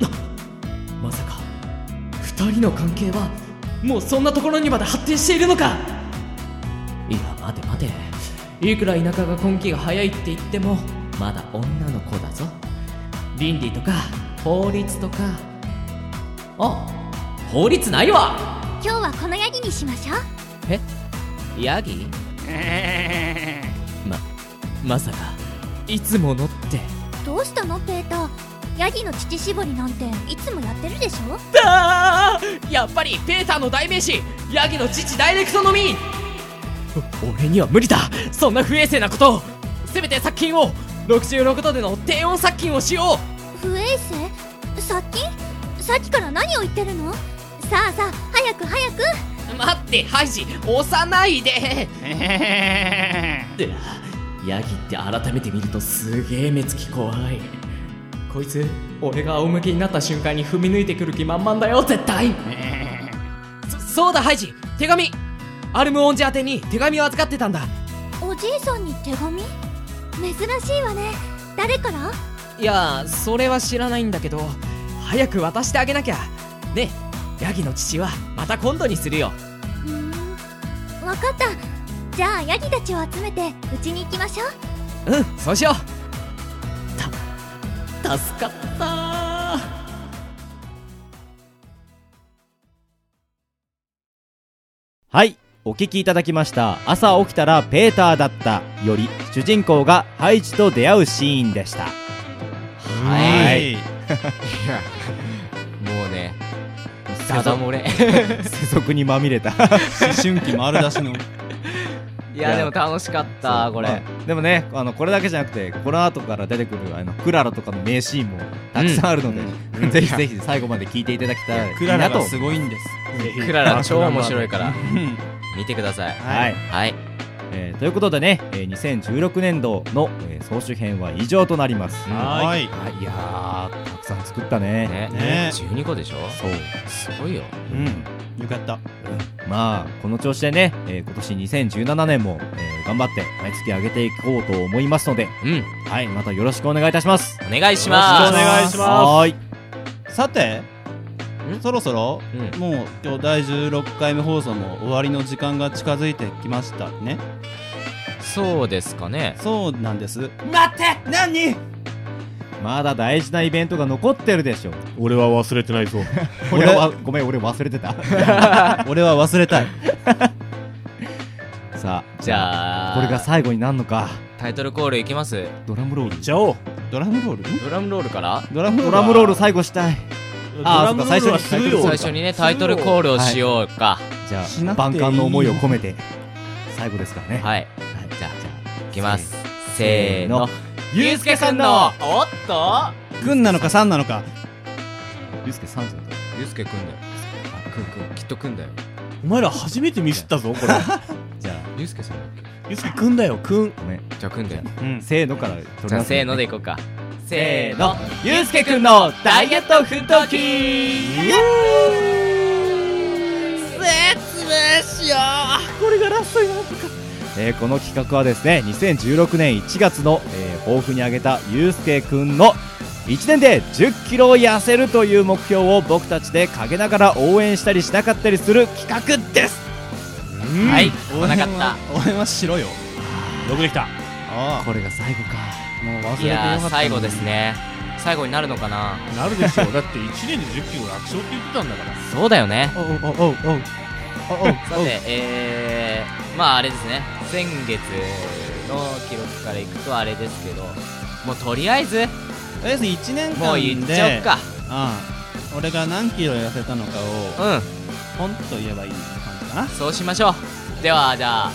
S6: なまさか二人の関係はもうそんなところにまで発展しているのかいや待て待ていくら田舎が根気が早いって言ってもまだ女の子だぞ倫理とか法律とかあ法律ないわ
S9: 今日はこのヤギにしましょう
S6: ヤギままさかいつものって
S9: どうしたのペーターヤギの乳搾りなんていつもやってるでしょ
S6: だーやっぱりペーターの代名詞ヤギの父ダイレクトのみ俺には無理だそんな不衛生なことをせめて殺菌を66度での低温殺菌をしよ
S9: 不衛生殺菌さっきから何を言ってるのさあさあ早く早く
S6: う待ってハイジ押さない でヤギって改めて見るとすげえ目つき怖いこいつ俺が仰向けになった瞬間に踏み抜いてくる気満々だよ絶対 そそうだハイジ手紙アルムオンジ宛てに手紙を預かってたんだ
S9: おじいさんに手紙珍しいわね誰から
S6: いやそれは知らないんだけど早く渡してあげなきゃねヤギの父はまた今度にするよ
S9: わかったじゃあヤギたちを集めてうちに行きましょう
S6: うんそうしようた助かった
S3: はいお聞きいただきました朝起きたらペーターだったより主人公がハイジと出会うシーンでした
S16: は
S3: はいい
S16: いやもうね
S3: 世
S16: ダダ漏れ
S3: 世俗にまみれた思春期丸出しの
S16: いやでも楽しか ったこれ、
S3: でもねあのこれだけじゃなくてこの後から出てくるあのクララとかの名シーンもたくさんあるので、
S16: うん
S3: ぜひぜひ最後まで聞いていただきたい
S16: クララが
S3: なと
S16: すごいんです
S3: ぜひ
S16: クララ超面白いから
S3: うん
S16: 見てください
S3: はい、
S16: はい
S3: えーということでね、えー2016年度の、えー総集編は以上となります
S16: はい
S3: はいいやーたくさん作ったね
S16: ね
S3: ね
S16: 12個でしょ
S3: そう
S16: すごいよ
S3: うんよかった、うん、まあこの調子でね、えー今年2017年も、えー頑張って毎月上げていこうと思いますので、はいまたよろしくお願いいたします
S16: お願いしますよろしくお願いします
S3: はーい
S2: さてそろそろ、もう今日第16回目放送も終わりの時間が近づいてきましたね
S16: そうですかね
S2: そうなんです
S17: 待って何
S3: まだ大事なイベントが残ってるでしょ
S4: 俺は忘れてないぞ
S3: 俺はごめん俺忘れてた俺は忘れたい さあ
S16: じゃあ
S3: これが最後になるのか
S16: タイトルコールいきます
S3: ドラムロール
S4: じゃおう
S2: ドラムロール
S16: ドラムロールから
S2: ドラムロール
S3: ドラムロール最後したい
S2: ああ
S6: ドラム
S2: そうか
S6: ロール
S2: 最初に
S6: はするよ最初にねタイトルコールをしようか
S2: じゃ
S6: し
S2: あ
S6: なくていい
S2: 万感の思いを込めて最後ですからね
S6: はいじゃあいきます
S2: せ
S6: せ
S2: ー
S6: ー
S2: の
S6: の
S2: ゆうすけさんの
S6: おっと
S2: 軍なのか三なのかゆうすけさんじゃなかった
S6: ゆうすけくんだよあくんくんきっとくんだよ
S4: お前ら初めてミスったぞこれ
S2: じゃあ
S6: ゆうすけさんだっけ
S4: ゆうすけくんだよくん
S2: ごめん
S6: じゃあくんだよ
S2: せーのから
S6: じゃあせーのでいこうか
S2: せ
S6: せ
S2: ー
S6: ー
S2: の
S6: の
S2: ゆうすけくんの
S18: ダイエット奮闘記イエ説明しようこれがラストになるのか
S19: えーこの企画はですね2016年1月の、えー抱負に挙げたゆうすけくんの1年で1 0キロ痩せるという目標を僕たちで陰ながら応援したりしなかったりする企画です
S6: はい
S2: 応援は応援はしろよ
S4: よくできた
S2: これが最後かもう忘れて
S6: い
S2: よか
S6: や
S2: った
S6: ー最後ですね最後になるのかな
S4: なるでしょうだって1年で1 0キロ楽勝って言ってたんだから
S6: そうだよね
S2: おうおうおうおうおうおう
S6: さて、えー、まああれですね、先月の記録からいくとあれですけど、もうとりあえず、
S2: とりあえず1年間で
S6: もう言っちゃおうか
S2: うん俺が何キロ痩せたのかを
S6: うん
S2: ポンと言えばいい感じかな
S6: そうしましょう。では、じゃあ、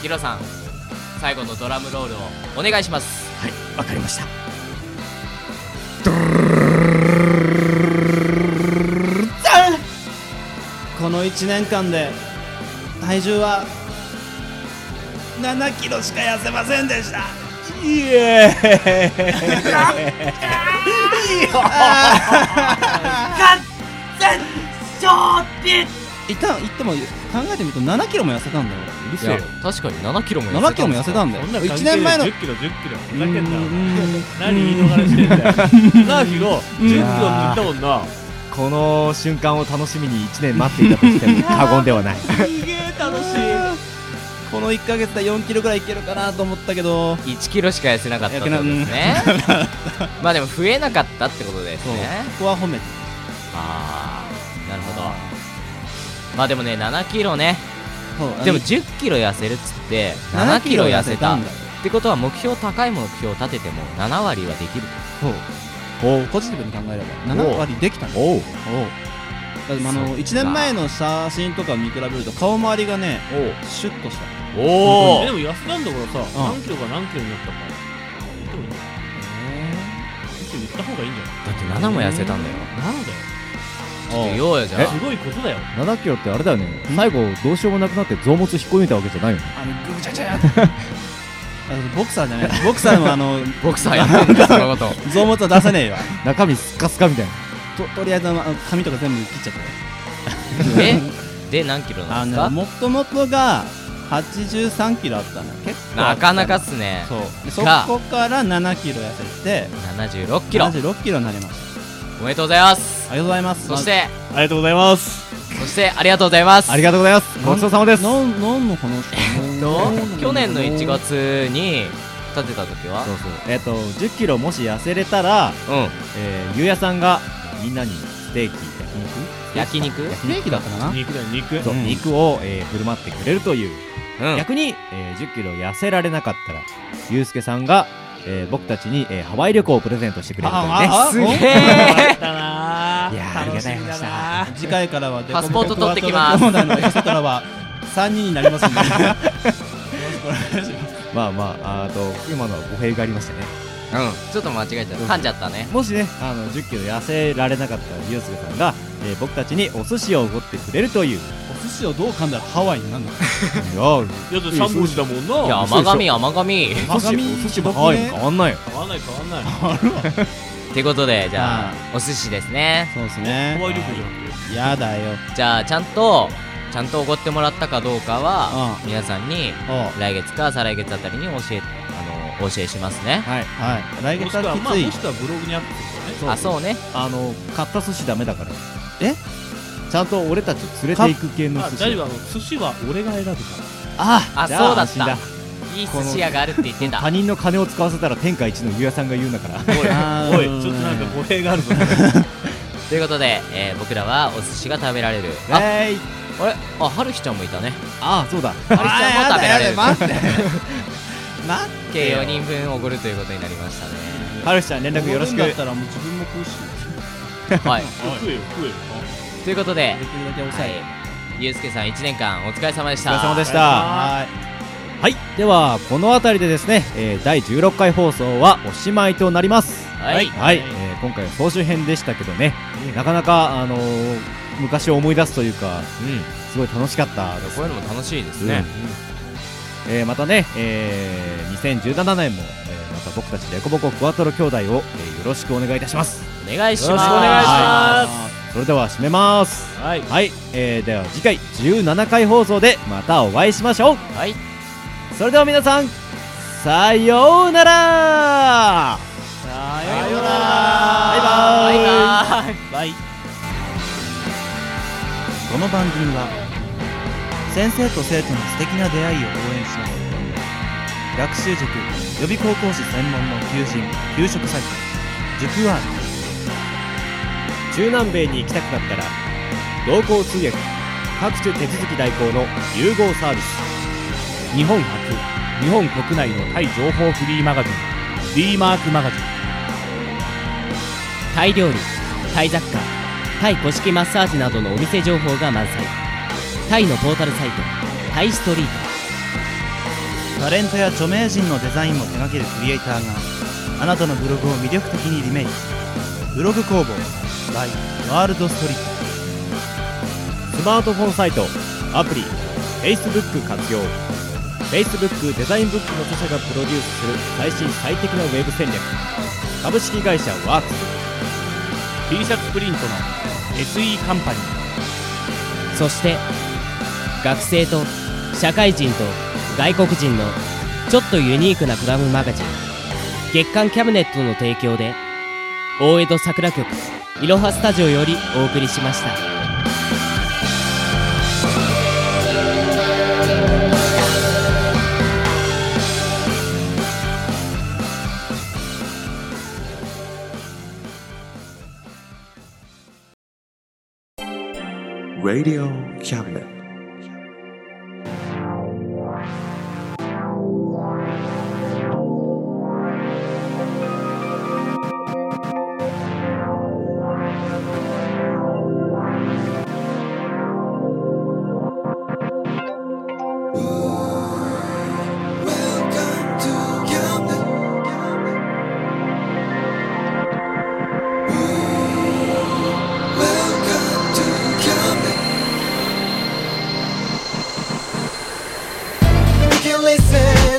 S6: ヒロさん、最後のドラムロールをお願いします。
S2: はい、わかりました。この1年間で体重は7キロしか痩せませんでしたイエーイ
S18: 完全勝利
S2: 一旦言っても考えてみると7キロも痩せたんだよう
S6: いや確かに7キロも痩せたんだ
S2: 7キロも痩せたんだよ
S4: そんな関
S2: 1
S4: 係ない
S2: 年前の
S4: 10キロ10キロふざけんな
S2: う
S4: 何言い逃れしてんだよなあヒロ10キロって言ったもんな
S19: この瞬間を楽しみに1年待っていたとしても過言ではない
S2: すげえ楽しいこの1ヶ月で4キロぐらいいけるかなと思ったけど
S6: 1キロしか痩せなかったってことですね。まあでも増えなかったってことです
S2: そう
S6: ね。
S2: ここは褒めて
S6: あー、なるほど。まあでもね、7キロね。
S2: そう
S6: で
S2: あの
S6: も1 0キロ痩せるっつって
S2: 7
S6: 7
S2: キ
S6: キ
S2: ロ
S6: ロ
S2: 痩
S6: 痩
S2: せ
S6: せ
S2: た
S6: た
S2: ん
S6: っ
S2: だ
S6: てことは目標高い目標を立てても7割はできる
S2: そうおポジティブに考えれば7割できたんだ
S6: おう
S2: だってあの1年前の写真とか見比べると顔周りがねシュッとした
S4: えでも痩せたんだからさ
S2: うん
S4: 何キロが何キロになったか言ってもいいんじゃないむしろ言った方がいいんじゃない
S6: だって7も痩せたんだよ
S4: なんだよ
S6: ちょっと言おうよじゃあ
S4: すごいことだよ
S3: 7キロってあれだよね最後どうしようもなくなって臓物引っこ抜いたわけじゃないよね
S2: あのぐちゃぐちゃあのボクサーじゃないボクサーもあの
S6: ボクサーやってんだよそのこと
S2: 臓物は出さねえよ
S3: 中身スッカスカみたいな
S2: ととりあえずあのあの髪とか全部切っちゃ ったよ
S6: えで何キロな
S2: あ
S6: んです
S2: の
S6: か
S2: もともとが83キロあったのよ結構あ
S6: な
S2: った
S6: か
S2: の
S6: なかっすね
S2: そうでそ
S6: が
S2: こから7キロ痩せて
S6: 76キロ
S2: 76キロになりました
S6: おめでとうございます
S2: ありがとうございます
S6: そして
S4: ありがとうございます
S6: そしてありがとうございます
S3: ありがとうございますごちそうさまです
S2: なんなんのこの人
S6: 去年の1月に立てた時は
S3: そうそうえっ、と1 0キロもし痩せれたら、
S6: うん
S3: えー、ゆうやさんがみんなにステーキ焼肉
S6: 焼肉
S3: 焼肉だったかな
S4: 肉だよ肉
S3: そう、
S4: うん
S3: 肉を、えー振る舞ってくれるという、
S6: うん
S3: 逆に、えー、1 0キロ痩せられなかったらゆうすけさんが、えー僕たちに、えーハワイ旅行をプレゼントしてくれるというね
S2: あああ
S3: え
S2: いや
S3: ありがたい話だな
S2: 次回からは
S6: パスポート取ってきます
S2: デコボコクワトロ兄弟のエクストラは3人になりますんで
S3: まあまああと今のは語弊がありましたね
S6: うんちょっと間違えちゃった噛んじゃったね
S3: もしねあの1 0キロ痩せられなかったゆうすけさんが、えー僕たちにお寿司をおごってくれる という
S2: お寿司をどう噛んだらハワイになるの
S3: いや
S4: いやだって三文字だもんない
S6: や甘神甘神
S3: お寿司お寿司もハワイも変わんないよ
S4: 変わんない変わんない
S6: ってことでじゃあお寿司ですね
S2: そうですね
S4: ハワイ旅行じゃなくて
S2: やだよ
S6: じゃあちゃんとちゃんとおごってもらったかどうかは
S2: う
S6: 皆さんに
S2: う
S6: 来月か再来月あたりに教えあのお教えしますね
S3: はい
S2: はい来
S4: もし
S2: 月
S4: く
S2: は
S4: は
S2: き
S4: まあ
S2: つい
S4: もしくはブログにアップするとかね
S6: あそうね
S3: あの買った寿司ダメだから
S2: え
S3: ちゃんと俺たちを連れていく系の
S4: あ
S3: 寿司
S4: 大丈夫あの寿司は俺が選ぶから
S3: あ
S6: あ
S3: じゃ
S6: そうだっ
S3: 安心
S6: たいい寿司屋があるって言ってた
S3: 他人の金を使わせたら天下一のゆうやさんが言うんだから
S4: おいおいちょっとなんか語弊があるぞ
S6: ということで、えー僕らはお寿司が食べられる あ
S3: え
S6: あれあはるひちゃんもいたね
S3: ああそう だ
S6: はるひちゃんも食べられる
S3: あーやだやだ 待って
S2: 待って
S6: 計
S2: よ
S6: 4人分おごるということになりましたね
S3: はるしちゃん連絡よろしく
S2: だったらもう自分も食うし
S20: はい
S21: 食えよ食えよ
S20: ということではいゆうすけさん1年間お疲れ様でし
S3: お
S20: た
S3: 疲れ様でしたはいではこの辺りでですね、えー第16回放送はおしまいとなります
S20: はい
S3: はい、えー今回は総集編でしたけどね、なかなか、あのー昔を思い出すというか、すごい楽しかったです
S20: こういうのも楽しいですね、
S3: うんえーまたね、えー2017年も、えーまた僕たちデコボコクワトロ兄弟を、えーよろしくお願いいたします
S20: お願いします
S3: よろくお願いしますそれでは締めます
S20: はい、
S3: えーでは次回17回放送でまたお会いしましょう
S20: はい
S3: それでは皆さんさようなら
S22: さような
S3: らバイ
S22: バイ
S2: バイこの番組は先生と生徒の素敵な出会いを応援します学習塾予備高校士専門の求人・給食サイト塾ワー
S23: 中南米に行きたくなったら同行通訳各種手続き代行の融合サービス日本初日本国内のタイ情報フリーマガジン
S4: D マークマガジン
S6: タイ料理タイ雑貨タイ古式マッサージなどのお店情報が満載タイのポータルサイトタイストリート
S2: ドタレントや著名人のデザインも手掛けるクリエイターがあなたのブログを魅力的にリメイクブログ工房 by ワールドストリート
S23: スマートフォンサイトアプリ Facebook 活用 Facebook デザインブックの著者がプロデュースする最新最適なウェブ戦略株式会社ワークス
S4: T シャツプリントの SE カンパニー
S6: そして学生と社会人と外国人のちょっとユニークなコラムマガジン月刊キャブネットの提供で大江戸桜局いろはスタジオよりお送りしました。
S1: Radio Cabinet.
S24: We can listen,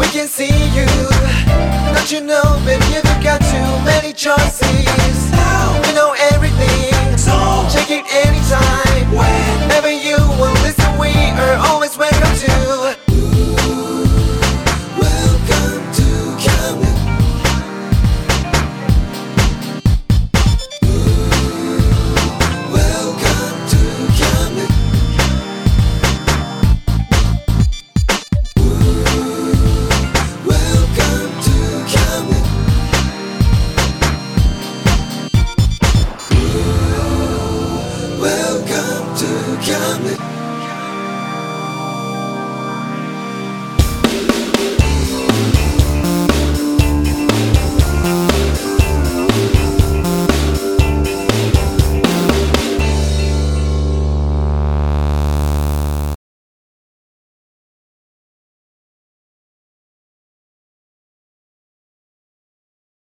S24: we can see you. Don't you know, baby, you've got too many choices. Now we know everything, so check it any